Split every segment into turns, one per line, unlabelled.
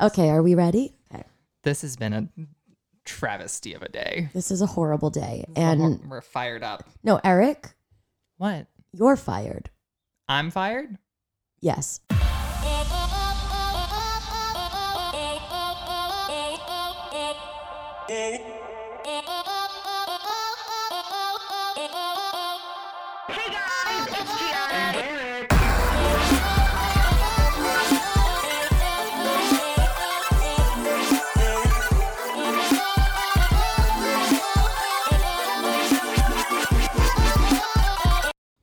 Okay, are we ready?
This has been a travesty of a day.
This is a horrible day. And
we're fired up.
no, Eric,
What?
you're fired.
I'm fired?
Yes.
Hey guys, it's Gia and Eric.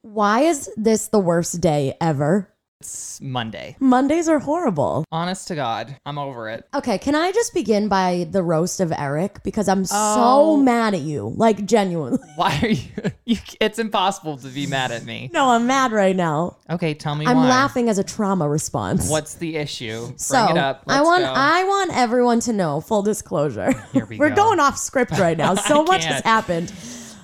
Why is this the worst day ever?
It's Monday.
Mondays are horrible.
Honest to God, I'm over it.
Okay, can I just begin by the roast of Eric because I'm
Oh.
so mad at you, like genuinely.
Why are you, you? It's impossible to be mad at me.
No, I'm mad right now.
Okay, tell me
I'm
why.
laughing as a trauma response.
What's the issue? Bring
So
it up.
I
Let's
want
go.
I want everyone to know full disclosure.
Here we
We're
go.
going off script right now. So
I
much has
can't.
happened.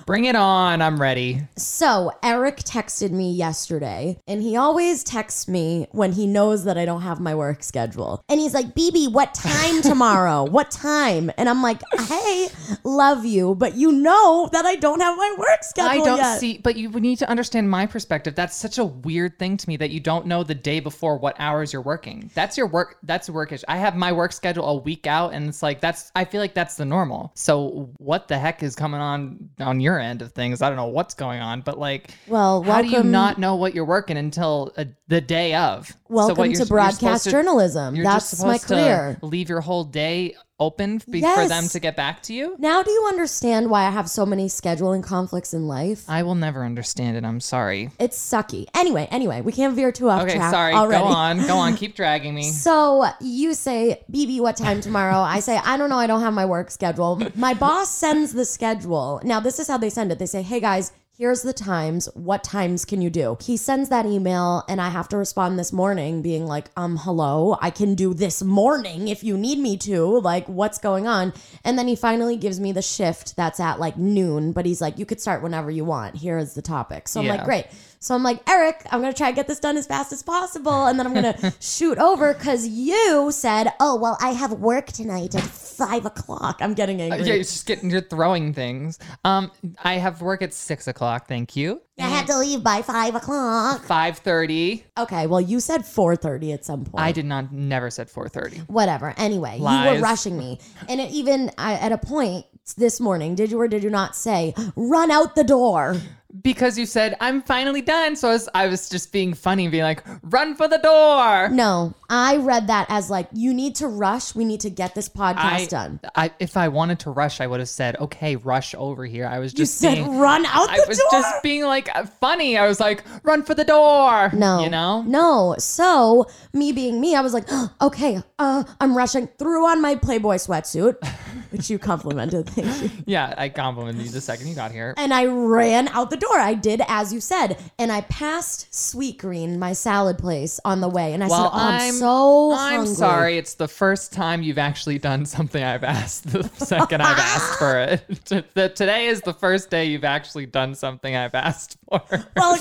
Bring it on. I'm ready.
So, Eric texted me yesterday, and he always texts me when he knows that I don't have my work schedule. And he's like, BB, what time tomorrow? what time? And I'm like, hey, love you, but you know that I don't have my work schedule.
I don't
yet."
see, but you need to understand my perspective. That's such a weird thing to me that you don't know the day before what hours you're working. That's your work. That's work ish. I have my work schedule a week out, and it's like that's. I feel like that's the normal. So what the heck is coming on on your end of things? I don't know what's going on, but like,
Well,
how do you
welcome-
not know what you're working until uh the day of? So what
Welcome
you're-
to
you're
broadcast
supposed to-
journalism.
You're just
That's my
supposed to
career.
leave your whole day open f- for
Yes.
them to get back to you.
Now, do you understand why I have so many scheduling conflicts in life?
I will never understand it. I'm sorry.
It's sucky. Anyway, anyway, we can't veer too off
Okay,
track
sorry.
already.
Go on. Go on. Keep dragging me.
So you say, BB, what time tomorrow? I say, I don't know. I don't have my work schedule. My boss sends the schedule. Now, this is how they send it. They say, hey guys, here's the times. What times can you do? He sends that email, and I have to respond this morning, being like, um, hello, I can do this morning if you need me to. Like, what's going on? And then he finally gives me the shift that's at like noon, but he's like, you could start whenever you want. Here is the topic. So I'm
Yeah.
like, great. So I'm like, Eric, I'm gonna try to get this done as fast as possible, and then I'm gonna shoot over because you said, "Oh, well, I have work tonight at five o'clock." I'm getting angry.
Uh, Yeah, it's just getting you're throwing things. Um, I have work at six o'clock. Thank you.
I had to leave by five o'clock.
Five thirty.
Okay, well, you said four thirty at some point.
I did not. Never said four thirty.
Whatever. Anyway, you
Lies.
were rushing me, and it even I, at a point this morning, did you or did you not say, "Run out the door"?
Because you said I'm finally done. So I was, I was just being funny, being like, "Run for the door."
No, I read that as like, "You need to rush. We need to get this podcast
I,
done."
I if I wanted to rush, I would have said, "Okay, rush over here." I was
You
just
said,
being,
"Run out
I
the
was
door."
just being like uh, funny. I was like, "Run for the door."
No.
you know.
No. So, me being me, I was like, okay, uh, I'm rushing, threw on my Playboy sweatsuit, which you complimented. Thank you.
Yeah, I complimented you the second you got here.
And I ran out the door. I did as you said. And I passed Sweet Green, my salad place, on the way. And I said,
Well,
oh, I'm,
I'm-
so
I'm
hungry.
sorry. It's the first time you've actually done something I've asked the second I've asked for it. T- the- Today is the first day you've actually done something I've asked for.
Well,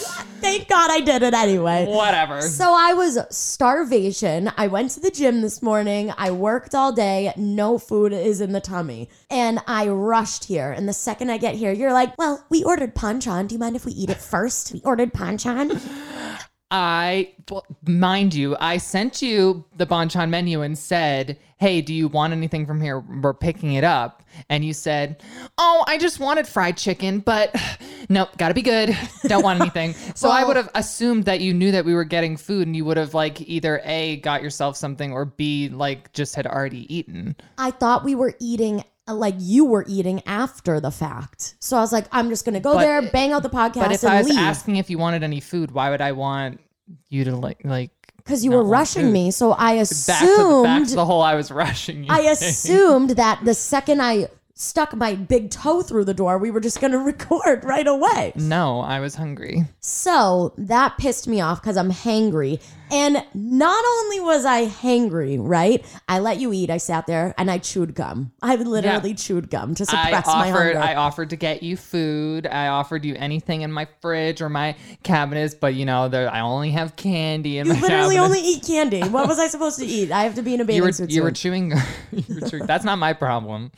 thank God I did it anyway.
Whatever.
So I was starvation. I went to the gym this morning. I worked all day. No food is in the tummy. And I rushed here. And the second I get here, you're like, well, we ordered panchan. Do you mind if we eat it first? We ordered panchan.
I, well, mind you, I sent you the banchan menu and said, "Hey, do you want anything from here? We're picking it up." And you said, "Oh, I just wanted fried chicken, but nope, gotta be good. Don't want anything." so I
Well-
would have assumed that you knew that we were getting food, and you would have like either a got yourself something or b like just had already eaten.
I thought we were eating uh, like you were eating after the fact. So I was like, I'm just going to go
But-
there, bang out the podcast,
But if
and
I was
leave.
asking if you wanted any food, why would I want you to like like
because you
not
were
want
rushing
food?
me, so I
Back to, the, back
assumed
to the whole I was rushing you.
I
thing.
assumed that the second I stuck my big toe through the door, we were just going to record right away.
No, I was hungry.
So that pissed me off because I'm hangry. And not only was I hangry, right? I let you eat. I sat there and I chewed gum. I literally chewed gum to
I
suppress my
offered
hunger.
I offered to get you food. I offered you anything in my fridge or my cabinets, but you know, there I only have candy in
you
my
literally
cabinet.
only eat candy. What was I supposed to eat? I have to be in a bathing
you were
suit.
you were
soon.
chewing you were chewing. That's not my problem.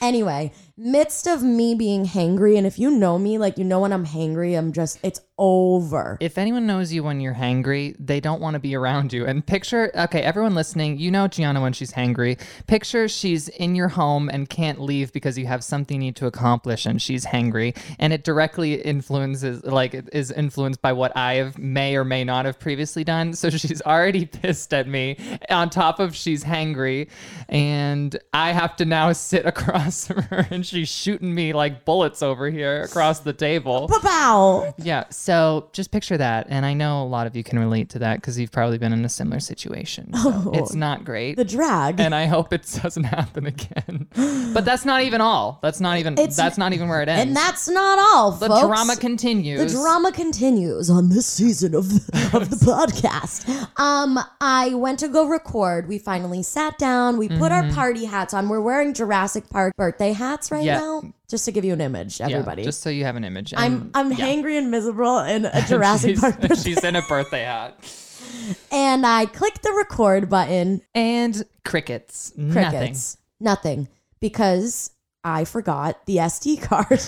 Anyway, midst of me being hangry, and if you know me, like you know when I'm hangry, I'm just it's over.
If anyone knows you when you're hangry, they don't want to be around you. And picture, okay, everyone listening, you know Gianna when she's hangry. Picture she's in your home and can't leave because you have something you need to accomplish and she's hangry. And it directly influences, like, it is influenced by what I have may or may not have previously done. So she's already pissed at me. On top of she's hangry. And I have to now sit across from her and she's shooting me like bullets over here across the table.
Pow!
Yeah. So just picture that. And I know a lot of you can relate to that because you've probably been in a similar situation. So It's not great.
The drag.
and I hope it doesn't happen again. But that's not even all. That's not even that's not even where it ends.
and that's not all,
the
folks.
drama continues.
The drama continues on this season of the, of the podcast. Um, I went to go record. We finally sat down. We put
Mm-hmm.
our party hats on. We're wearing Jurassic Park birthday hats right
Yeah.
now, just to give you an image,
Yeah,
everybody.
just so you have an image.
I'm
And
I'm hangry and miserable in a Jurassic
she's,
Park, birthday.
she's in a birthday hat.
and I clicked the record button.
And crickets. Nothing.
Crickets, nothing, because I forgot the SD card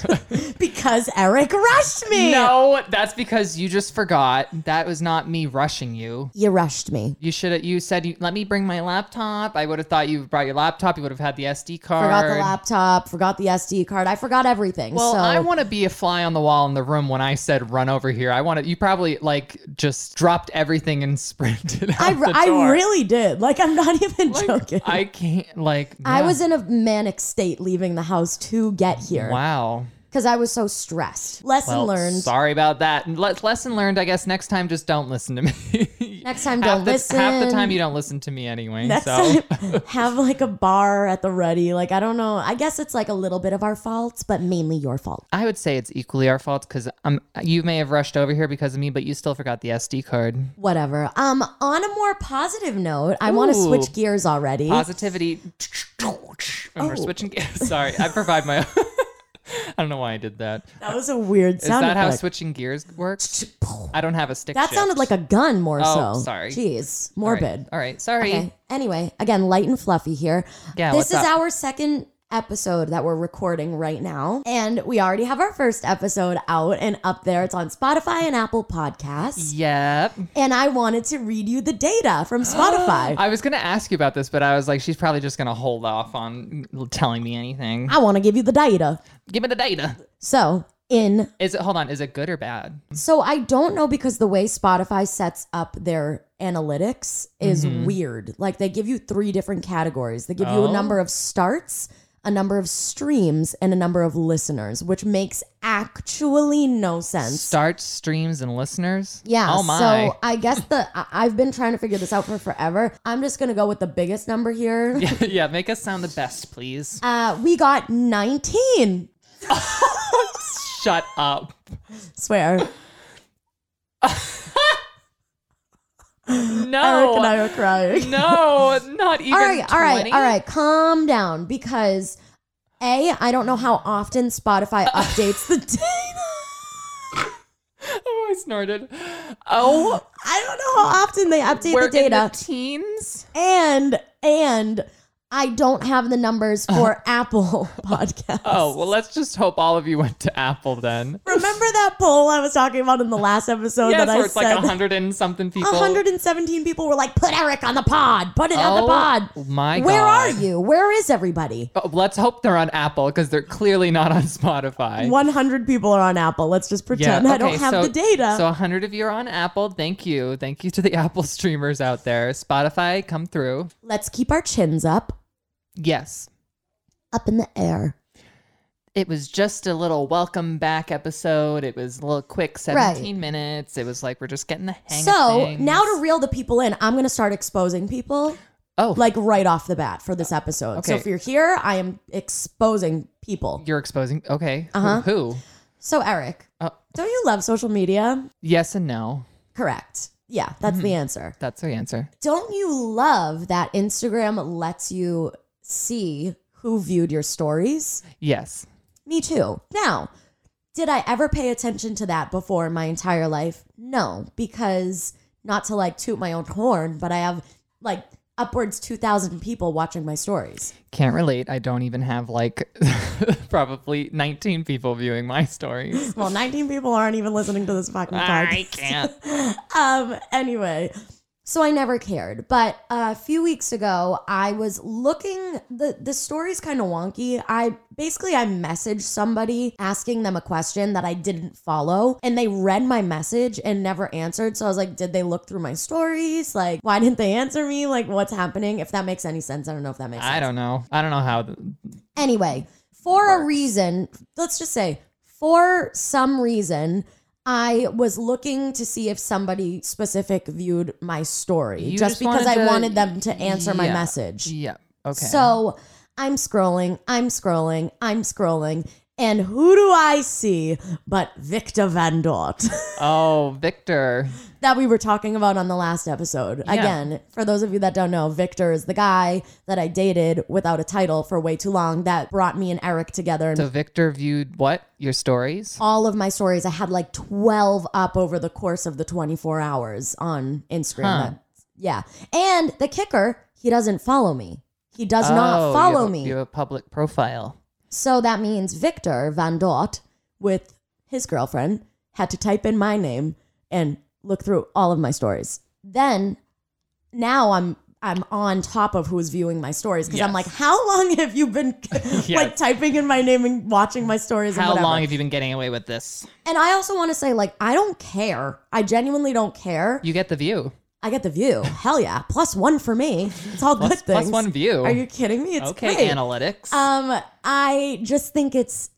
because Eric rushed me.
No, that's because you just forgot. That was not me rushing you.
you rushed me.
You should have. You said you let me bring my laptop. I would have thought you brought your laptop. You would have had the SD card.
Forgot the laptop, forgot the SD card. I forgot everything.
Well,
so
I want to be a fly on the wall in the room when I said run over here. I want to. You probably like just dropped everything and sprinted out
I,
the
I
door.
really did. Like, I'm not even joking. I,
I can't. Like yeah.
was in a manic state leaving the house to get here
Wow.
because I was so stressed. Lesson
Well,
learned.
sorry about that. And le- lesson learned. I guess next time just don't listen to me.
Next time, don't
half the, Half the
listen.
time you don't listen to me anyway.
Next
so.
time, have like a bar at the ready. Like, I don't know. I guess it's like a little bit of our faults, but mainly your fault.
I would say it's equally our fault because um, you may have rushed over here because of me, but you still forgot the SD card.
Whatever. Um, on a more positive note, I want to
Ooh.
switch gears already.
positivity. And
Oh.
we're switching gears. Sorry, I provide my. I don't know why I did that. Is
that was a weird sound.
that how
effect.
switching gears works? I don't have a stick.
That
shift.
sounded like a gun more
Oh,
so.
sorry.
Jeez,
All right,
morbid.
All right, sorry.
Okay. Anyway, again, light and fluffy here.
Yeah,
this
what's
is
up?
our second episode that we're recording right now, and we already have our first episode out and up there. It's on Spotify and Apple Podcasts.
Yep.
And I wanted to read you the data from Spotify.
I was gonna ask you about this, but I was like, she's probably just gonna hold off on telling me anything.
I want to give you the data.
Give me the data.
So in
Is it? Hold on. Is it good or bad?
so I don't know because the way Spotify sets up their analytics is weird. Like they give you three different categories. They give you a
Mm-hmm. Oh.
number of starts, a number of streams, and a number of listeners, which makes actually no sense.
Starts, streams, and listeners.
yeah.
Oh my.
So I guess the I- I've been trying to figure this out for forever. I'm just gonna go with the biggest number here.
yeah. Make us sound the best, please.
Uh, we got 19.
Shut up.
Swear,
No. Oh,
Eric and I are crying.
no, not even.
all right, all right,
20?
all right. Calm down because a I don't know how often Spotify updates the data.
Oh, I snorted. Oh,
I don't know how often they update
we're
the data,
in the teens.
and and I don't have the numbers for Apple Podcasts.
Uh-huh. Oh well, let's just hope all of you went to Apple then.
Remember that poll I was talking about in the last episode
Yes,
Oh, that I
where it's like
said
a hundred and something people.
117 people were like, "Put Eric on the pod, put it on the
Oh
pod."
my
Where are
God.
you? Where is everybody?
Oh, let's hope they're on Apple because they're clearly not on Spotify.
100 people are on Apple. Let's just pretend I don't
okay,
have
so-
the data.
So 100 of you are on Apple. Thank you. Thank you to the Apple streamers out there. Spotify, come through.
Let's keep our chins up.
Yes.
up in the air.
It was just a little welcome back episode. It was a little quick 17 minutes. It was like we're just getting the hang of
So
things.
now to reel the people in, I'm going to start exposing people
Oh,
like right off the bat for this episode. So
Okay.
if you're here, I am exposing people.
You're exposing. Okay. Who-
Uh-huh.
Who?
So Eric,
Oh.
don't you love social media?
Yes and no.
Correct. Yeah, that's
Mm-hmm.
the answer.
That's the answer.
Don't you love that Instagram lets you see who viewed your stories?
Yes.
Me too. Now, did I ever pay attention to that before in my entire life? No, because not to like toot my own horn, but I have like upwards 2,000 people watching my stories.
Can't relate. I don't even have like probably 19 people viewing my stories.
Well, 19 people aren't even listening to this fucking podcast.
I can't.
um anyway so i never cared but uh, a few weeks ago i was looking the the story's kind of wonky i basically i messaged somebody asking them a question that i didn't follow and they read my message and never answered so i was like did they look through my stories like why didn't they answer me like what's happening if that makes any sense i don't know if that makes sense
I don't know. I don't know how. th-
Anyway, for a reason, let's just say for some reason, I was looking to see if somebody specific viewed my story
You
just,
just
because
wanted
I
to-
wanted them to answer my
Yeah.
message.
Yeah. Okay.
So I'm scrolling, I'm scrolling, I'm scrolling, and who do I see but Victor Van Dort
Oh, Victor.
that we were talking about on the last episode?
Yeah.
Again, for those of you that don't know, Victor is the guy that I dated without a title for way too long that brought me and Eric together and
So Victor viewed what? Your stories?
all of my stories. I had like 12 up over the course of the 24 hours on Instagram.
Huh.
That- yeah. And the kicker, he doesn't follow me. He does
Oh,
not
you
follow
have-
me.
You have a public profile.
So that means Victor Van Dort with his girlfriend had to type in my name and look through all of my stories. Then now I'm I'm on top of who's viewing my stories because I'm
Yes.
like, how long have you been like
Yes.
typing in my name and watching my stories? and
How
whatever?
long have you been getting away with this?
And I also want to say, like, I don't care. I genuinely don't care.
You get the view.
I get the view. Hell yeah. Plus one for me. It's all
Plus-
good things.
plus one view.
Are you kidding me? It's
okay,
great.
analytics.
Um, I just think it's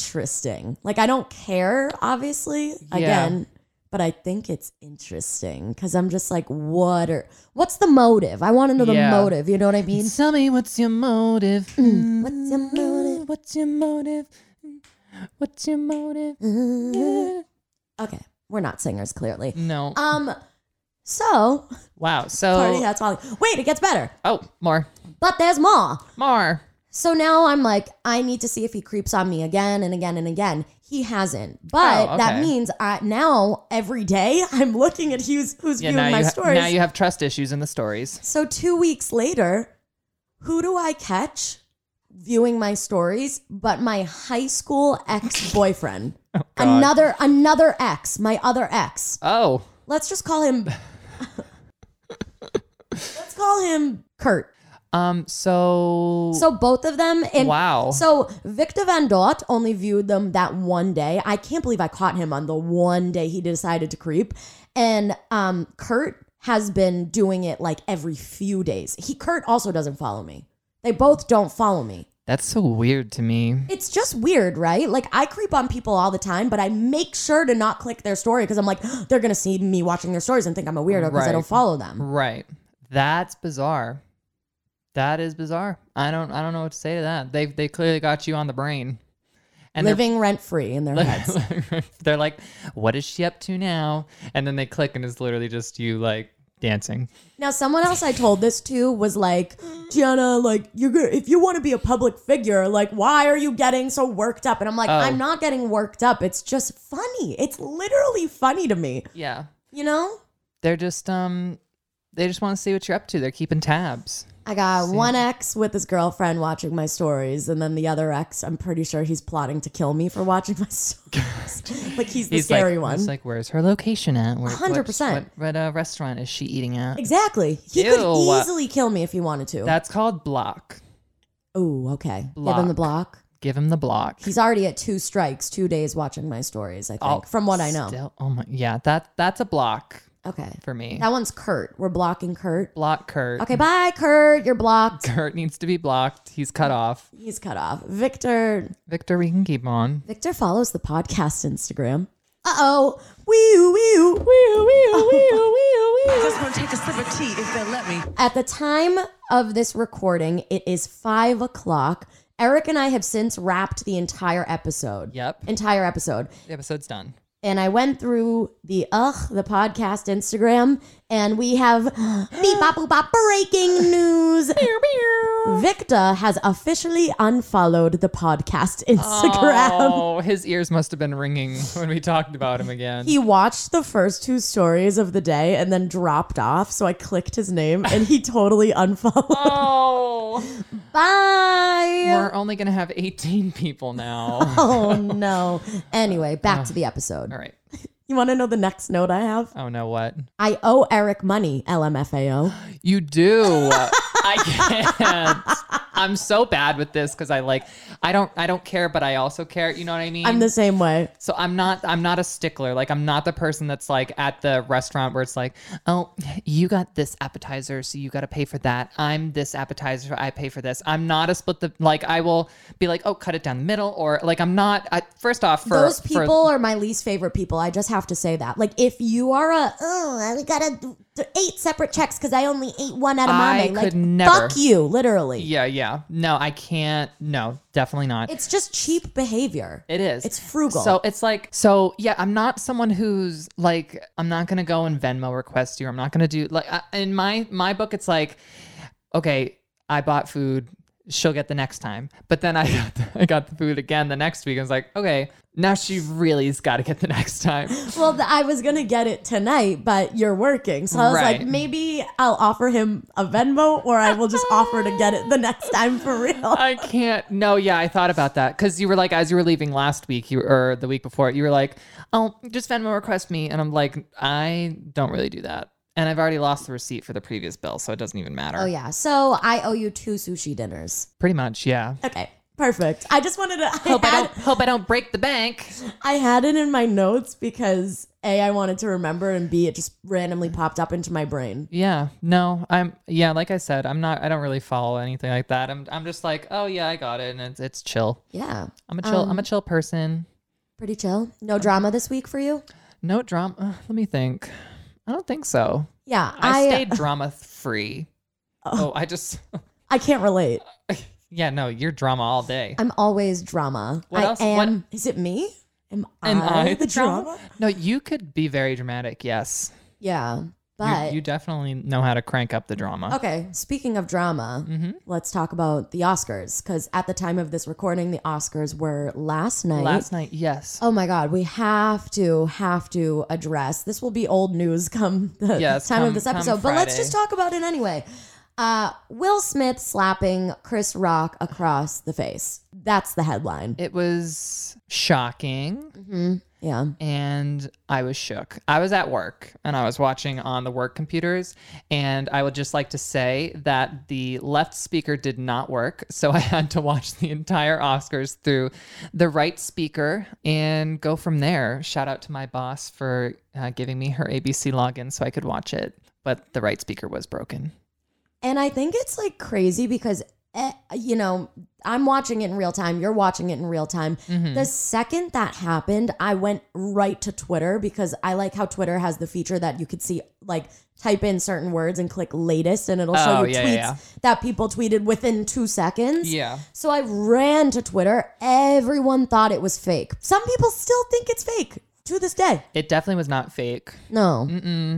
interesting. Like, I don't care, obviously, again, but I think it's interesting because I'm just like, what are, what's the motive? I want to know the
Yeah.
motive. You know what I mean?
Mm,
Mm,
Tell me what's your motive? Mm,
What's your motive?
What's your motive? Mm, What's your motive?
Mm-hmm.
Mm.
Okay. We're not singers, clearly.
No.
Um, so,
wow.
party
Mm. So,
hats falling. Wait, it gets better.
oh, more,
But there's more.
more.
So now I'm like, I need to see if he creeps on me again and again and again. He hasn't, but
Oh,
that
okay.
means I, now every day I'm looking at who's who's
Yeah.
viewing
Now
my
you, ha-
stories.
now you have trust issues in the stories.
so two weeks later, who do I catch viewing my stories? But my high school ex boyfriend,
Oh, God.
another another ex, my other ex.
Oh,
Let's just call him. let's call him Kurt.
um. So.
So both of them and
Wow.
So Victor Van Dort only viewed them that one day. I can't believe I caught him on the one day he decided to creep. And um Kurt has been doing it like every few days. He Kurt also doesn't follow me. They both don't follow me.
That's so weird to me.
It's just weird, right? Like I creep on people all the time, but I make sure to not click their story because I'm like, they're gonna see me watching their stories and think I'm a weirdo because I
Right.
don't follow them.
Right. That's bizarre. That is bizarre. I don't. I don't know what to say to that. They they clearly got you on the brain. And they're-
Living rent free in their heads.
they're like, "What is she up to now?" And then they click, and it's literally just you like dancing.
Now, someone else I told this to was like, Gianna, like you're good. If you want to be a public figure, like why are you getting so worked up? And I'm like,
Oh.
I'm not getting worked up. It's just funny. It's literally funny to me.
Yeah,
You know,
they're just um, they just want to see what you're up to. They're keeping tabs.
I got one ex with his girlfriend watching my stories, and then the other ex, I'm pretty sure he's plotting to kill me for watching my stories. like he's the
He's
scary
like,
one.
He's like, "Where's her location at? Where,
100%.
What, what, what uh, restaurant is she eating at?"
exactly. He
Ew. uh,
could easily kill me if he wanted to.
That's called block.
Oh, okay. Give him the
Block.
block.
Give him the block.
He's already at two strikes, two days watching my stories, I think,
Oh,
from what I know.
Still, oh my, yeah. That that's a block
Okay.
for me.
That one's Kurt. We're blocking Kurt.
block Kurt.
Okay, bye, Kurt. You're blocked.
Kurt needs to be blocked. He's cut off.
He's cut off. Victor.
Victor, we can keep on.
Victor follows the podcast Instagram. Uh oh. Wee wee Oh. wee wee wee wee.
just gonna take a sip of tea if they'll let me.
At the time of this recording, it is five o'clock. Eric and I have since wrapped the entire episode.
Yep.
Entire episode.
The episode's done.
and I went through the Ugh, the podcast Instagram, and we have beep bop boop bop breaking news. Victa has officially unfollowed the podcast Instagram.
Oh, his ears must have been ringing when we talked about him again.
He watched the first two stories of the day and then dropped off. So I clicked his name and he totally unfollowed.
oh,
Bye.
we're only gonna have 18 people now.
Oh no. Anyway, back to the episode.
All right.
You want to know the next note I have?
Oh no, what?
I owe Eric money, LMFAO.
You do. I can't. I'm so bad with this because I like I don't I don't care, but I also care. You know what I mean?
I'm the same way.
so I'm not I'm not a stickler. Like I'm not the person that's like at the restaurant where it's like, oh, you got this appetizer, so you got to pay for that. I'm this appetizer, I pay for this. I'm not a split the like I will be like, oh, cut it down the middle, or like I'm not. I, first off, for
Those
for-
people are my least favorite people. I just have to say that. Like, if you are a, oh, I got a, eight separate checks because I only ate one at a
I
mommy. Like,
could never.
fuck you, literally.
yeah, yeah, no, I can't. No, definitely not.
It's just cheap behavior.
It is.
It's frugal.
So it's like, so yeah, I'm not someone who's like, I'm not gonna go and Venmo request you. I'm not gonna do like I, in my my book. It's like, okay, I bought food. She'll get the next time. But then I got the, I got the food again the next week. I was like, okay, now she really's got to get the next time.
Well, th- I was gonna get it tonight, but you're working, so I was
Right.
like, maybe I'll offer him a Venmo, or I will just offer to get it the next time for real.
I can't. No, yeah, I thought about that because you were like, as you were leaving last week, you or the week before, you were like, "Oh, just Venmo request me," and I'm like, I don't really do that, and I've already lost the receipt for the previous bill, so it doesn't even matter.
Oh yeah, so I owe you two sushi dinners.
pretty much, yeah.
Okay, perfect. I just wanted to. I
Hope I
had,
don't hope I don't break the bank.
I had it in my notes because a I wanted to remember, and b it just randomly popped up into my brain.
Yeah, no, I'm yeah. Like I said, I'm not. I don't really follow anything like that. I'm I'm just like, oh yeah, I got it, and it's it's chill.
Yeah,
I'm a chill.
Um,
I'm a chill person.
pretty chill. No drama this week for you.
No drama. Uh, let me think. I don't think so.
Yeah,
I,
I uh,
stayed drama free. Oh, I just
I can't relate.
yeah, no, you're drama all day.
I'm always drama.
What
I
else- what-
am. Is it me? Am,
Am
I,
I
the
the
drama?
No, you could be very dramatic. Yes,
Yeah,
You-
but
you, definitely know how to crank up the drama.
okay. Speaking of drama,
Mm-hmm.
let's talk about the Oscars because at the time of this recording, the Oscars were last night.
Last night, yes,
Oh my God, we have to have to address this. Will be old news come the
Yes,
time of
come-
this
come
episode, but let's
Friday.
just talk about it anyway. Uh, Will Smith slapping Chris Rock across the face. That's the headline.
it was shocking.
Yeah.
and I was shook. I was at work and I was watching on the work computers. And I would just like to say that the left speaker did not work. So I had to watch the entire Oscars through the right speaker and go from there. Shout out to my boss for uh, giving me her ABC login so I could watch it. But the right speaker was broken.
And I think it's like crazy because, eh, you know, I'm watching it in real time. You're watching it in real time.
Mm-hmm.
The second that happened, I went right to Twitter because I like how Twitter has the feature that you could see, like, type in certain words and click latest, and it'll show
Oh,
you
yeah,
tweets
yeah, yeah.
that people tweeted within two seconds.
Yeah.
So I ran to Twitter. Everyone thought it was fake. Some people still think it's fake to this day.
It definitely was not fake.
No.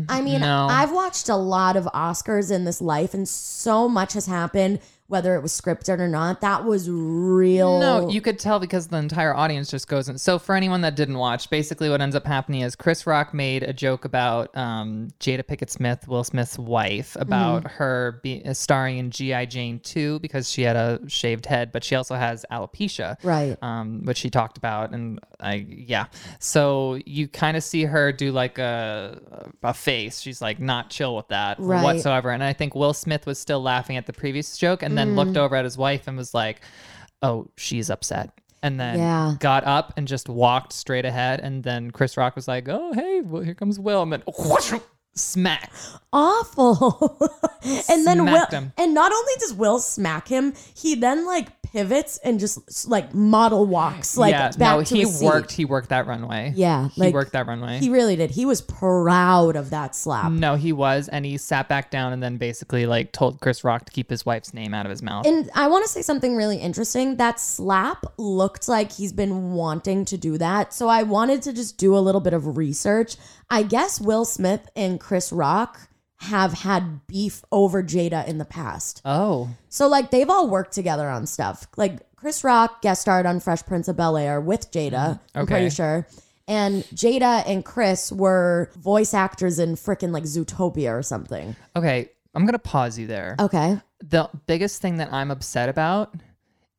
I mean,
no.
I've watched a lot of Oscars in this life, and so much has happened, whether it was scripted or not. That was real.
No, you could tell because the entire audience just goes in. So for anyone that didn't watch, basically what ends up happening is Chris Rock made a joke about um, Jada Pickett Smith, Will Smith's wife, about her be- uh, starring in G.I. Jane 2 because she had a shaved head, but she also has alopecia.
Right.
Um, which she talked about and I yeah. So you kind of see her do like a a face. She's like not chill with that
Right.
whatsoever. And I think Will Smith was still laughing at the previous joke and then
Mm.
looked over at his wife and was like, oh, she's upset. And then
Yeah.
got up and just walked straight ahead. And then Chris Rock was like, oh, hey, well, here comes Will. And then smack.
Awful. and then Will,
Smacked him.
and not only does Will smack him, he then like pivots and just like model walks like back
no,
to
he
his seat.
worked. He worked that runway.
Yeah,
he
like,
worked that runway.
He really did. He was proud of that slap.
no, he was, and he sat back down and then basically like told Chris Rock to keep his wife's name out of his mouth.
And I want to say something really interesting. That slap looked like he's been wanting to do that. So I wanted to just do a little bit of research. I guess Will Smith and Chris Rock have had beef over Jada in the past.
oh,
So like they've all worked together on stuff. Like Chris Rock guest starred on Fresh Prince of Bel Air with Jada. I'm
Mm-hmm. okay.
pretty sure. And Jada and Chris were voice actors in frickin' like Zootopia or something.
okay. I'm gonna pause you there.
Okay.
The biggest thing that I'm upset about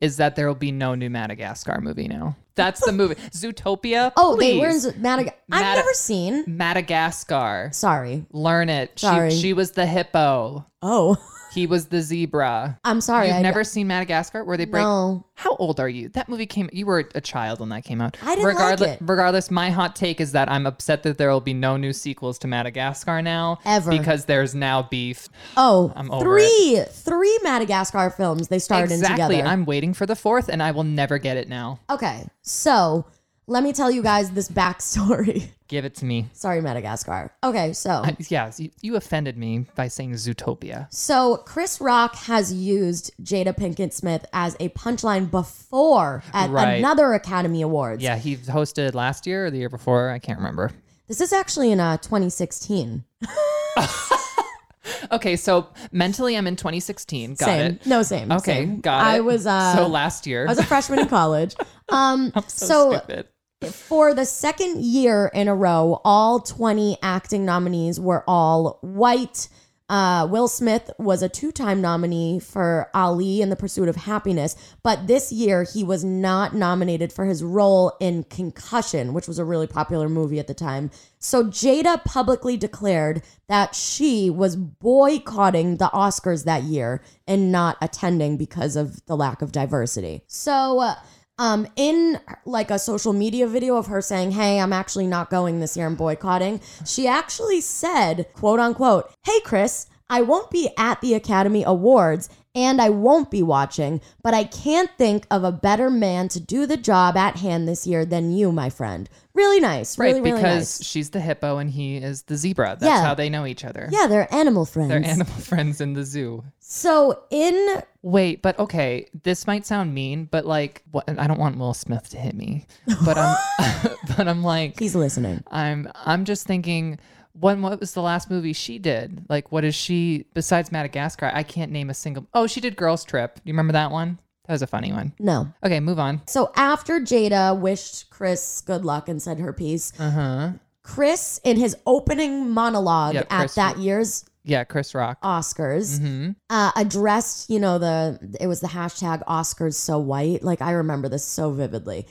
is that there will be no new Madagascar movie now. That's the movie Zootopia.
Oh, they
please.
were in Zo- Madag-
Mada-
I've never seen.
Madagascar.
Sorry.
Learn it.
Sorry.
She, she was the hippo.
Oh,
He was the zebra.
I'm sorry.
You've
I
never seen Madagascar, where they break
no.
How old are you? That movie came. You were a child when that came out.
I didn't like
regardless,
it.
regardless, my hot take is that I'm upset that there will be no new sequels to Madagascar now.
Ever.
because there's now beef.
Oh,
I'm over
three, three Madagascar films they starred
exactly.
in together.
I'm waiting for the fourth, and I will never get it now.
okay, so let me tell you guys this backstory.
Give it to me.
sorry, Madagascar. Okay, so
I, yeah, you, you offended me by saying Zootopia.
so Chris Rock has used Jada Pinkett Smith as a punchline before at
Right.
another Academy Awards.
Yeah, he hosted last year or the year before. I can't remember.
This is actually in uh, 2016.
Okay, so mentally, I'm in 2016. Got
same.
it.
No, same.
Okay,
same.
got it.
I was uh,
so last year.
I was a freshman in college. Um,
so,
so
stupid.
for the second year in a row, all 20 acting nominees were all white. Uh, Will Smith was a two time nominee for Ali in the Pursuit of Happiness, but this year he was not nominated for his role in Concussion, which was a really popular movie at the time. So Jada publicly declared that she was boycotting the Oscars that year and not attending because of the lack of diversity. So. Uh, um, in like a social media video of her saying, Hey, I'm actually not going this year, I'm boycotting, she actually said, quote unquote, Hey, Chris, I won't be at the Academy Awards and I won't be watching, but I can't think of a better man to do the job at hand this year than you, my friend. Really nice.
Right,
Really,
because
really nice.
she's the hippo and he is the zebra. That's
Yeah.
how they know each other.
Yeah, they're animal friends.
They're animal friends in the zoo.
so in
Wait, but okay, this might sound mean, but like, what, I don't want Will Smith to hit me, but I'm, but I'm like,
he's listening.
I'm, I'm just thinking, when what was the last movie she did? Like, what is she besides Madagascar? I can't name a single. Oh, she did Girls Trip. Do you remember that one? That was a funny one.
No.
Okay, move on.
So after Jada wished Chris good luck and said her piece,
Uh
Uh-huh.
huh.
Chris in his opening monologue
Yeah,
at
Chris-
that year's
Yeah, Chris Rock.
Oscars
hmm
uh, addressed, you know, the it was the hashtag Oscars so white. Like I remember this so vividly.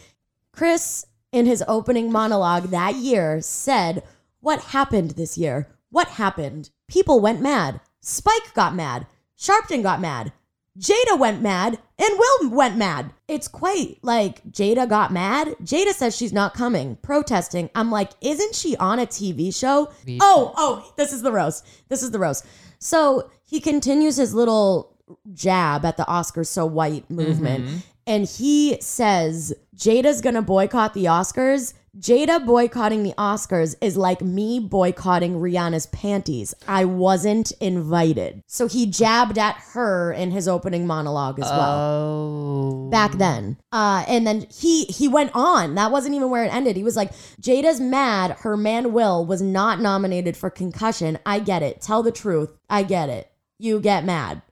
Chris in his opening monologue that year said, "What happened this year? What happened? People went mad. Spike got mad. Sharpton got mad. Jada went mad and Will went mad. It's quite like Jada got mad. Jada says she's not coming, protesting. I'm like, isn't she on a TV show?
TV
Oh, oh, this is the roast. This is the roast. So he continues his little jab at the Oscars so white movement. And he says, Jada's gonna boycott the Oscars. Jada boycotting the Oscars is like me boycotting Rihanna's panties. I wasn't invited. So he jabbed at her in his opening monologue as well
Oh.
back then. Uh, and then he he went on. That wasn't even where it ended. He was like, "Jada's mad. Her man Will was not nominated for concussion. I get it. Tell the truth. I get it. You get mad.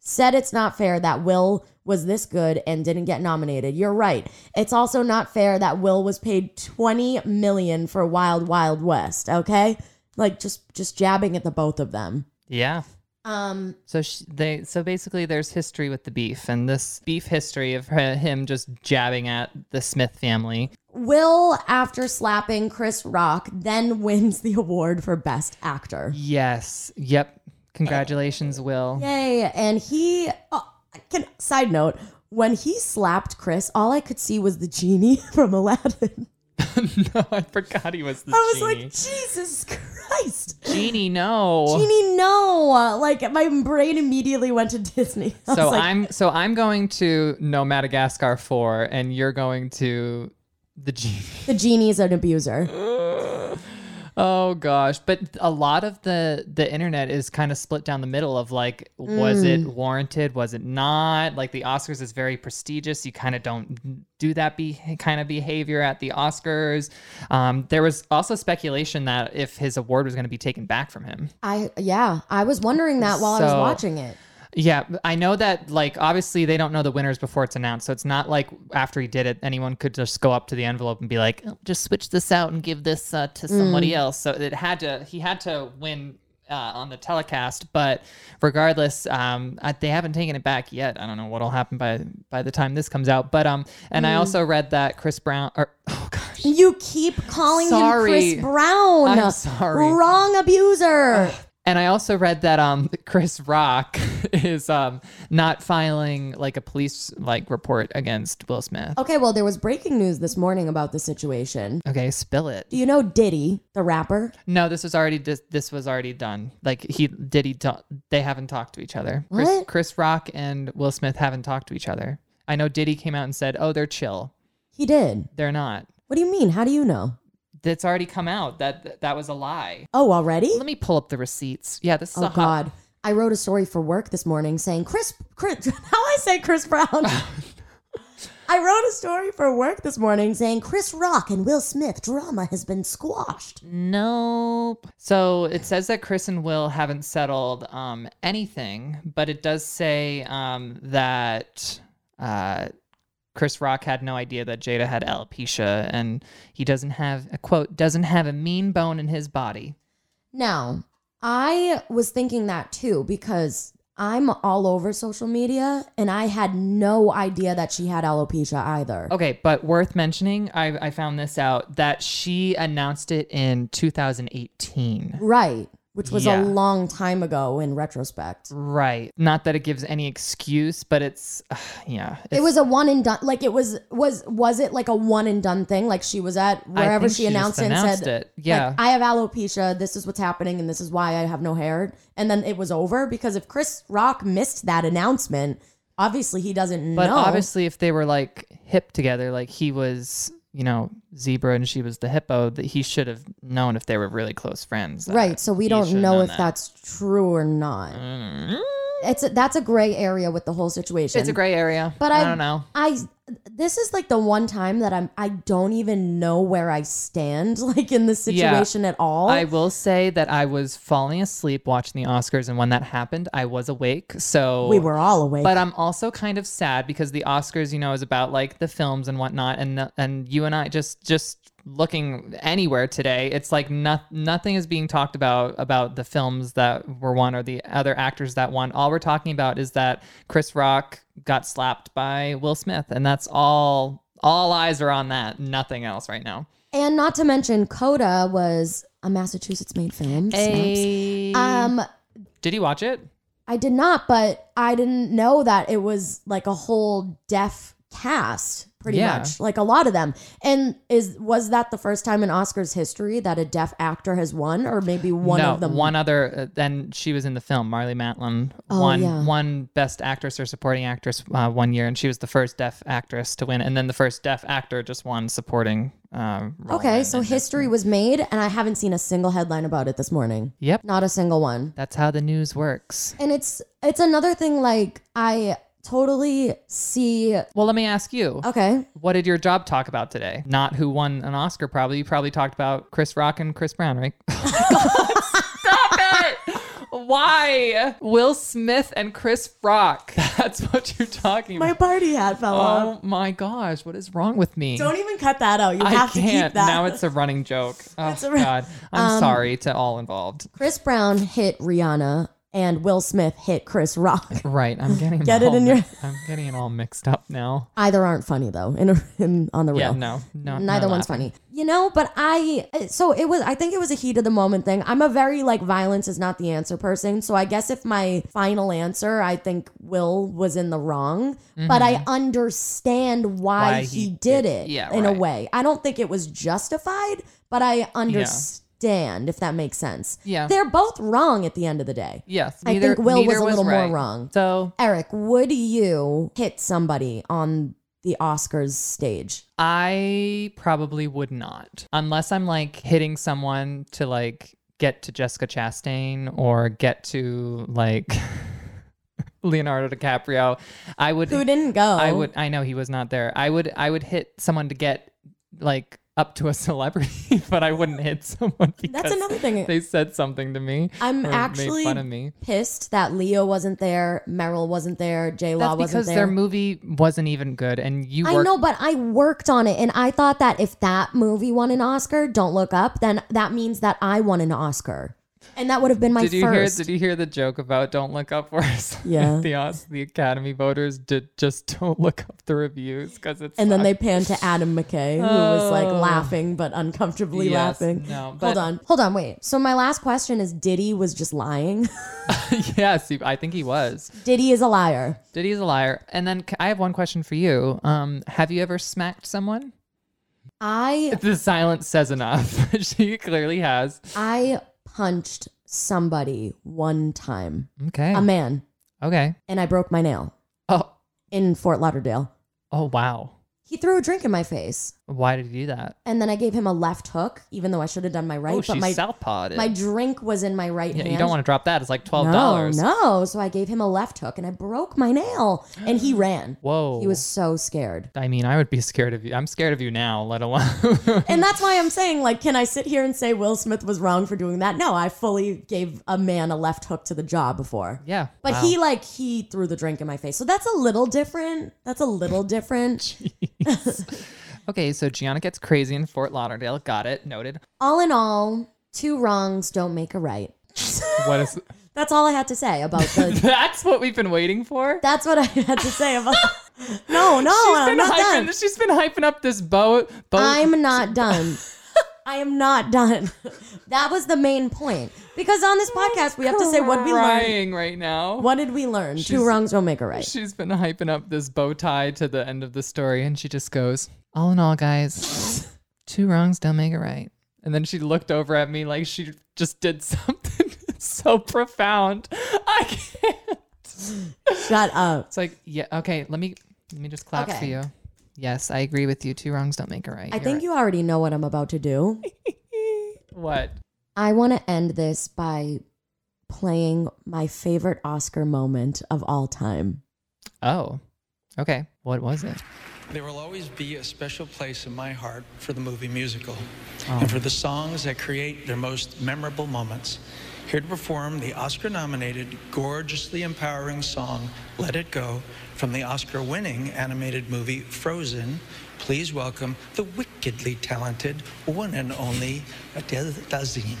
Said it's not fair that Will was this good and didn't get nominated. You're right. It's also not fair that Will was paid 20 million for Wild Wild West. Okay, like just just jabbing at the both of them.
Yeah.
Um,
So sh they so basically there's history with the beef and this beef history of her, him just jabbing at the Smith family.
Will, after slapping Chris Rock, then wins the award for Best Actor.
Yes. Yep. Congratulations, Will.
Yay. And he, oh, can, side note, when he slapped Chris, all I could see was the genie from Aladdin.
no, I forgot he was the
I was
genie.
like, Jesus Christ. Christ.
Jeannie, no.
Jeannie, no. Like my brain immediately went to Disney. I
so
was like,
I'm so I'm going to No Madagascar four, and you're going to the Genie.
the genie's an abuser.
Oh gosh, but a lot of the the internet is kind of split down the middle of like, was it warranted? Was it not? Like the Oscars is very prestigious. You kind of don't do that be kind of behavior at the Oscars. Um, there was also speculation that if his award was going to be taken back from him.
I yeah, I was wondering that while I was
So-
watching it.
Yeah, I know that. Like, obviously, they don't know the winners before it's announced, so it's not like after he did it, anyone could just go up to the envelope and be like, "Oh, "Just switch this out and give this uh, to somebody else." So it had to. He had to win uh, on the telecast, but regardless, um, I, they haven't taken it back yet. I don't know what'll happen by by the time this comes out. But um, and I also read that Chris Brown. Or, oh gosh.
You keep calling
Sorry.
him Chris Brown.
I'm sorry.
Wrong abuser.
And I also read that um Chris Rock is um not filing like a police like report against Will Smith.
okay, well, there was breaking news this morning about the situation.
Okay, spill it.
Do you know Diddy, the rapper?
No, this was already this, this was already done. Like he did he ta- they haven't talked to each other. Chris,
What?
Chris Rock and Will Smith haven't talked to each other. I know Diddy came out and said, "Oh, they're chill.
He did.
They're not."
What do you mean? How do you know?
That's already come out. That that was a lie.
Oh, already?
Let me pull up the receipts. Yeah, this is
Oh
a hot.
God. I wrote a story for work this morning saying Chris Chris how I say Chris Brown. I wrote a story for work this morning saying Chris Rock and Will Smith drama has been squashed.
Nope. So it says that Chris and Will haven't settled um, anything, but it does say um, that uh, Chris Rock had no idea that Jada had alopecia, and he doesn't have a quote doesn't have a mean bone in his body.
Now, I was thinking that too because I'm all over social media and I had no idea that she had alopecia either.
Okay, but worth mentioning, I, I found this out that she announced it in 2018.
Right, which was a
Yeah.
long time ago in retrospect.
Right. Not that it gives any excuse, but it's uh, yeah.
It was a one and done like it was was was it like a one and done thing like she was at
I
wherever
think
she,
just
announced it and
announced
said
it. Yeah.
Like, I have alopecia. This is what's happening, and this is why I have no hair. And then it was over because if Chris Rock missed that announcement, obviously he doesn't
But
know.
obviously, if they were like hip together, like he was, you know, zebra and she was the hippo, that he should have known if they were really close friends. that
right? So we
he
don't
should
know
have
if
uh, known that. Mm.
that's true or not. It's a, that's a gray area with the whole situation.
It's a gray area.
But
I,
I-
don't know.
I this is like the one time that I'm I don't even know where I stand like in this
Yeah.
situation at all.
I will say that I was falling asleep watching the Oscars, and when that happened, I was awake. So
we were all awake.
But I'm also kind of sad because the Oscars, you know, is about like the films and whatnot, and and you and I just just looking anywhere today, it's like not, nothing is being talked about about the films that were won or the other actors that won. All we're talking about is that Chris Rock got slapped by Will Smith, and that's all. All eyes are on that. Nothing else right now.
and not to mention, Coda was a Massachusetts-made film. Snaps. Um,
Did he watch it?
I did not, but I didn't know that it was like a whole deaf cast, pretty
Yeah.
much, like a lot of them. And is was that the first time in Oscars history that a deaf actor has won, or maybe one
no,
of them?
One other, uh, then she was in the film. Marley Matlin
Oh,
won
yeah.
one Best Actress or Supporting Actress uh, one year, and she was the first deaf actress to win, and then the first deaf actor just won supporting. Uh, role
Okay,
in-
so
in this
history
movie.
was made, and I haven't seen a single headline about it this morning.
Yep,
Not a single one.
that's how the news works.
And it's it's another thing. Like I totally see.
Well, let me ask you,
Okay,
what did your job talk about today? Not who won an Oscar, probably. You probably talked about Chris Rock and Chris Brown, right? Oh Stop it! Why Will Smith and Chris Rock? That's what you're talking about.
my party hat fell off.
Oh my gosh, what is wrong with me?
Don't even cut that out. You
I
have to
can't.
keep that.
Now it's a running joke. Oh
It's a run- um,
god. I'm sorry to all involved.
Chris Brown hit Rihanna and Will Smith hit Chris Rock.
Right, I'm getting
Get it
all
in your-
mi- I'm getting it all mixed up now.
Either aren't funny though, in, in on the real.
Yeah, no. No.
Neither
no
one's
laugh.
funny. You know, but I so it was I think it was a heat of the moment thing. I'm a very like violence is not the answer person. So I guess if my final answer, I think Will was in the wrong, but I understand why,
Mm-hmm. Why
he,
he
did
did-
it
yeah,
in a
right.
way. I don't think it was justified, but I understand stand, if that makes sense.
Yeah.
They're both wrong at the end of the day.
Yes.
I
neither-
think Will was
neither
a little more
right.
wrong.
So
Eric, would you hit somebody on the Oscars stage?
I probably would not, unless I'm like hitting someone to like get to Jessica Chastain or get to like Leonardo DiCaprio. I would.
Who didn't go?
I would. I know he was not there. I would. I would hit someone to get like up to a celebrity, but I wouldn't hit someone because
That's another thing.
they said something to me.
I'm
or
actually
made fun of me.
pissed that Leo wasn't there, Meryl wasn't there, J Law
That's
wasn't
because
there.
their movie wasn't even good, and you.
I
worked-
know, but I worked on it and I thought that if that movie won an Oscar, Don't Look Up, then that means that I won an Oscar. And that would have been my
Did you
first.
hear? Did you hear the joke about don't look up for us?
Yeah.
the Os- the Academy voters did just don't look up the reviews because it's
and then they panned to Adam McKay, who was like
Oh.
laughing but uncomfortably
Yes,
laughing.
no,
hold
but-
on, hold on, wait. So my last question is: Diddy was just lying.
yes, he- I think he was.
Diddy is a liar.
Diddy's a liar. And then c- I have one question for you. Um, have you ever smacked someone?
I
The silence says enough. she clearly has.
I punched somebody one time,
Okay.
a man,
okay.
and I broke my nail
Oh.
in Fort Lauderdale.
Oh wow.
He threw a drink in my face,
Why did you do that?
and then I gave him a left hook, even though I should have done my right.
oh,
but
she
my
southpawed it.
my drink was in my right
yeah,
hand.
you don't want to drop that. It's like twelve
no,
dollars.
no. So I gave him a left hook, and I broke my nail, and he ran.
Whoa.
He was so scared.
I mean, I would be scared of you. I'm scared of you now, let alone.
And that's why I'm saying, like, can I sit here and say Will Smith was wrong for doing that? No, I fully gave a man a left hook to the jaw before.
yeah.
But
wow.
he, like, he threw the drink in my face. So that's a little different. That's a little different.
Okay, so Gianna gets crazy in Fort Lauderdale. Got it. Noted.
all in all, two wrongs don't make a right.
What is
that's all I had to say about the.
That's what we've been waiting for?
that's what I had to say about. No, no,
She's
I'm
been,
not
hyping,
done.
she's been hyping up this boat. boat.
I'm not done. I am not done. that was the main point. Because on this podcast, we have to say what we learned.
crying right now.
What did we learn?
She's-
Two wrongs don't make a right.
She's been hyping up this bow tie to the end of the story, and she just goes, All in all, guys, two wrongs don't make a right. And then she looked over at me like she just did something so profound. I can't.
Shut up.
It's like, yeah, okay, let me let me just clap for
Okay.
you. Yes, I agree with you. Two wrongs don't make a right.
I think you already know what I'm about to do.
you What?
I want to end this by playing my favorite Oscar moment of all time.
Oh. Okay. What was it?
There will always be a special place in my heart for the movie musical and for the songs that create their most memorable moments. Here to perform the Oscar nominated, gorgeously empowering song, Let It Go, from the Oscar winning animated movie Frozen, please welcome the wickedly talented one and only Adele Dazeem.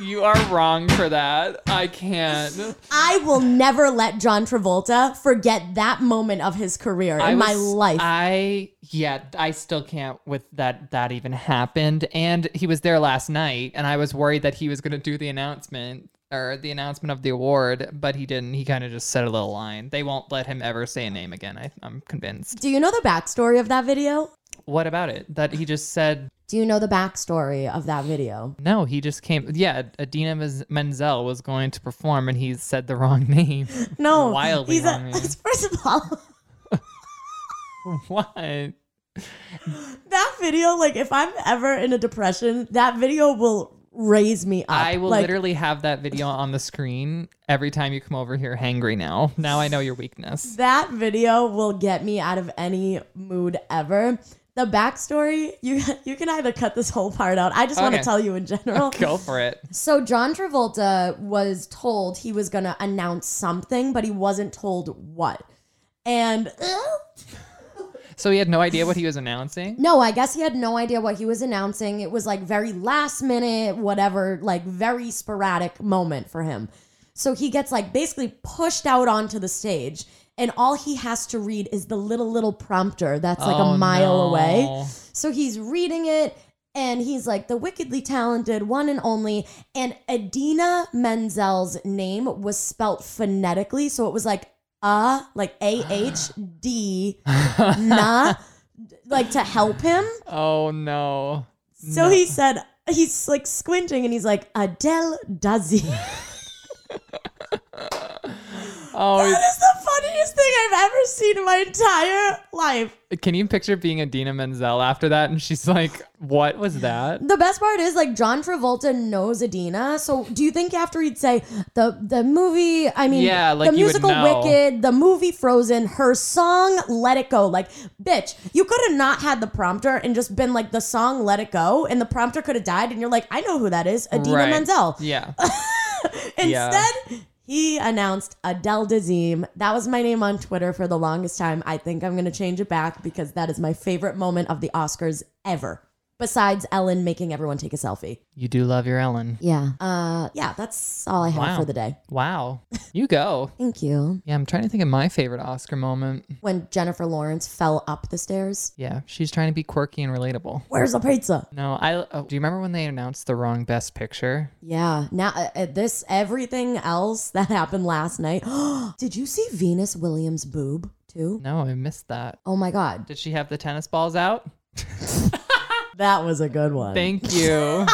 You are wrong for that. I can't.
I will never let John Travolta forget that moment of his career in
I
my
was-
life.
I yeah, I still can't with that that even happened. And he was there last night and I was worried that he was gonna do the announcement or the announcement of the award, but he didn't. He kind of just said a little line. They won't let him ever say a name again. I, I'm convinced.
Do you know the backstory of that video?
What about it? That he just said
Do you know the backstory of that video?
no. He just came. Yeah, Adina Mez- Menzel was going to perform, and he said the wrong name.
No.
Wildly
he's a,
wrong, yeah.
First of all,
what?
that video, like, if I'm ever in a depression, that video will raise me up.
I will
Like,
literally have that video on the screen every time you come over here hangry now. Now I know your weakness.
That video will get me out of any mood ever. The backstory, you you can either cut this whole part out. I just want to
Okay.
tell you in general.
Go for it.
So John Travolta was told he was gonna announce something, but he wasn't told what. And uh,
So he had no idea what he was announcing.
no, I guess he had no idea what he was announcing. It was like very last minute, whatever, like very sporadic moment for him. So he gets like basically pushed out onto the stage, and all he has to read is the little little prompter that's like
Oh,
a mile
no.
away. So he's reading it and he's like the wickedly talented one and only and Adina Menzel's name was spelt phonetically so it was like uh like A H D na like to help him.
Oh no.
So he said he's like squinting and he's like Adele Dazzy. that
Oh,
is the funniest thing I've ever seen in my entire life.
can you picture being Adina Menzel after that? And she's like, "What was that?"
The best part is like John Travolta knows Adina. So do you think after he'd say the the movie, I mean
Yeah, like
the
you would
musical
know.
Wicked, the movie Frozen, her song Let It Go. Like, bitch, you could have not had the prompter and just been like the song Let It Go and the prompter could have died and you're like, I know who that is, Adina
Right.
Menzel.
Yeah.
Instead, he announced Adele Dazeem. That was my name on Twitter for the longest time. I think I'm going to change it back because that is my favorite moment of the Oscars ever. Besides Ellen making everyone take a selfie.
You do love your Ellen.
Yeah. Uh, yeah, that's all I have
Wow.
for the day.
Wow. You go.
Thank you.
Yeah, I'm trying to think of my favorite Oscar moment.
When Jennifer Lawrence fell up the stairs,
Yeah, she's trying to be quirky and relatable.
where's the pizza?
No, I oh, do you remember when they announced the wrong best picture?
Yeah. Now, uh, uh, this, everything else that happened last night. Did you see Venus Williams' boob too?
No, I missed that.
Oh my God.
Did she have the tennis balls out?
That was a good one.
Thank you.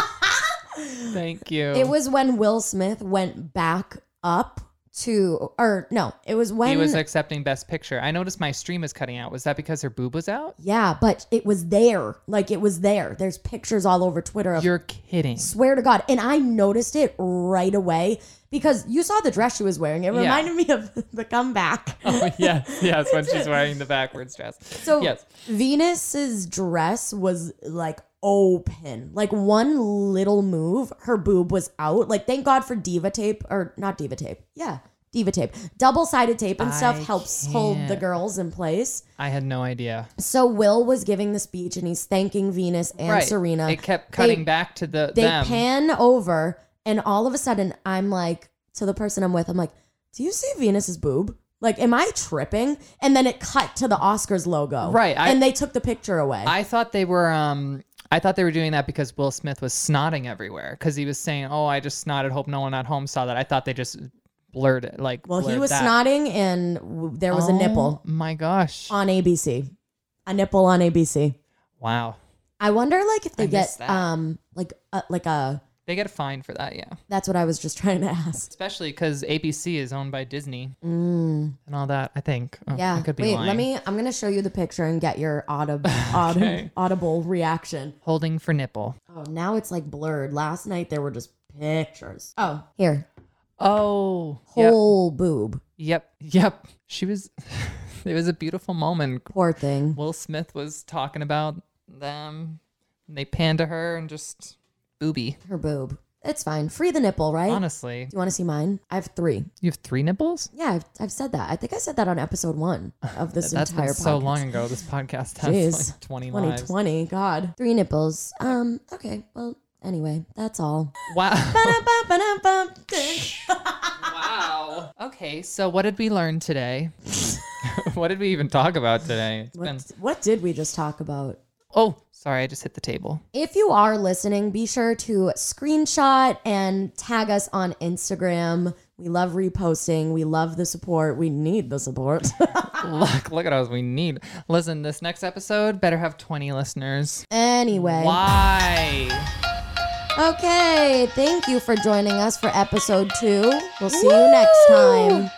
Thank you.
Um. It was when Will Smith went back up to, or no, it was when.
he was accepting best picture. I noticed my stream is cutting out. Was that because her boob was out?
yeah, but it was there. Like it was there. There's pictures all over Twitter of.
You're kidding.
swear to God. And I noticed it right away because you saw the dress she was wearing. It
Yeah.
reminded me of the comeback.
Oh, yes, yes, when she's wearing the backwards dress.
So
yes.
Venus's dress was like open. Like one little move, her boob was out. Like thank God for diva tape or not diva tape. Yeah. Diva tape. Double sided tape and stuff
I
helps hold the
can't.
girls in place.
I had no idea.
So Will was giving the speech and he's thanking Venus and
right.
Serena.
It kept
They-
cutting back to the
They
them.
pan over and all of a sudden I'm like to the person I'm with, I'm like, Do you see Venus's boob? Like, am I tripping? And then it cut to the Oscars logo.
Right, I-
and they took the picture away.
I thought they were um I thought they were doing that because Will Smith was snotting everywhere because he was saying, "Oh, I just snotted. Hope no one at home saw that." I thought they just blurred it. Like,
Well, he
blurred
was
that.
snotting, and w- there was a nipple
Oh, my gosh!
on ABC. A nipple on ABC.
Wow,
I wonder, like, if they
I
get
missed that.
um, like, a, like a.
they get fined for that, yeah.
That's what I was just trying to ask.
Especially because ABC is owned by Disney and all that. I think. Oh,
Mm. Yeah.
I could be
Wait,
lying.
let me. I'm gonna show you the picture and get your audible, audible, audible reaction.
holding for nipple.
Oh, now it's like blurred. Last night there were just pictures. Oh, here,
Oh,
whole boob.
yep, yep, yep. She was. it was a beautiful moment.
Poor thing.
Will Smith was talking about them. And they panned to her and just booby.
Her boob. It's fine. Free the nipple, right?
Honestly,
Do you want to see mine? I have three.
you have three nipples.
Yeah, I've, I've said that. I think I said that on episode one of this
That's
entire
been
podcast.
so long ago. This podcast has
Jeez.
like twenty lives.
2020, God. Three nipples. Um, okay. Well, anyway, that's all.
Wow.
Ba-dum-bum-bum-bum.
wow. Okay. So, what did we learn today? what did we even talk about today? It's been
what, what did we just talk about?
Oh, sorry, I just hit the table.
If you are listening, be sure to screenshot and tag us on Instagram. We love reposting. We love the support. We need the support.
Look, look at us. We need. Listen, this next episode better have 20 listeners.
anyway.
Why?
Okay. Thank you for joining us for episode two. We'll see you next time.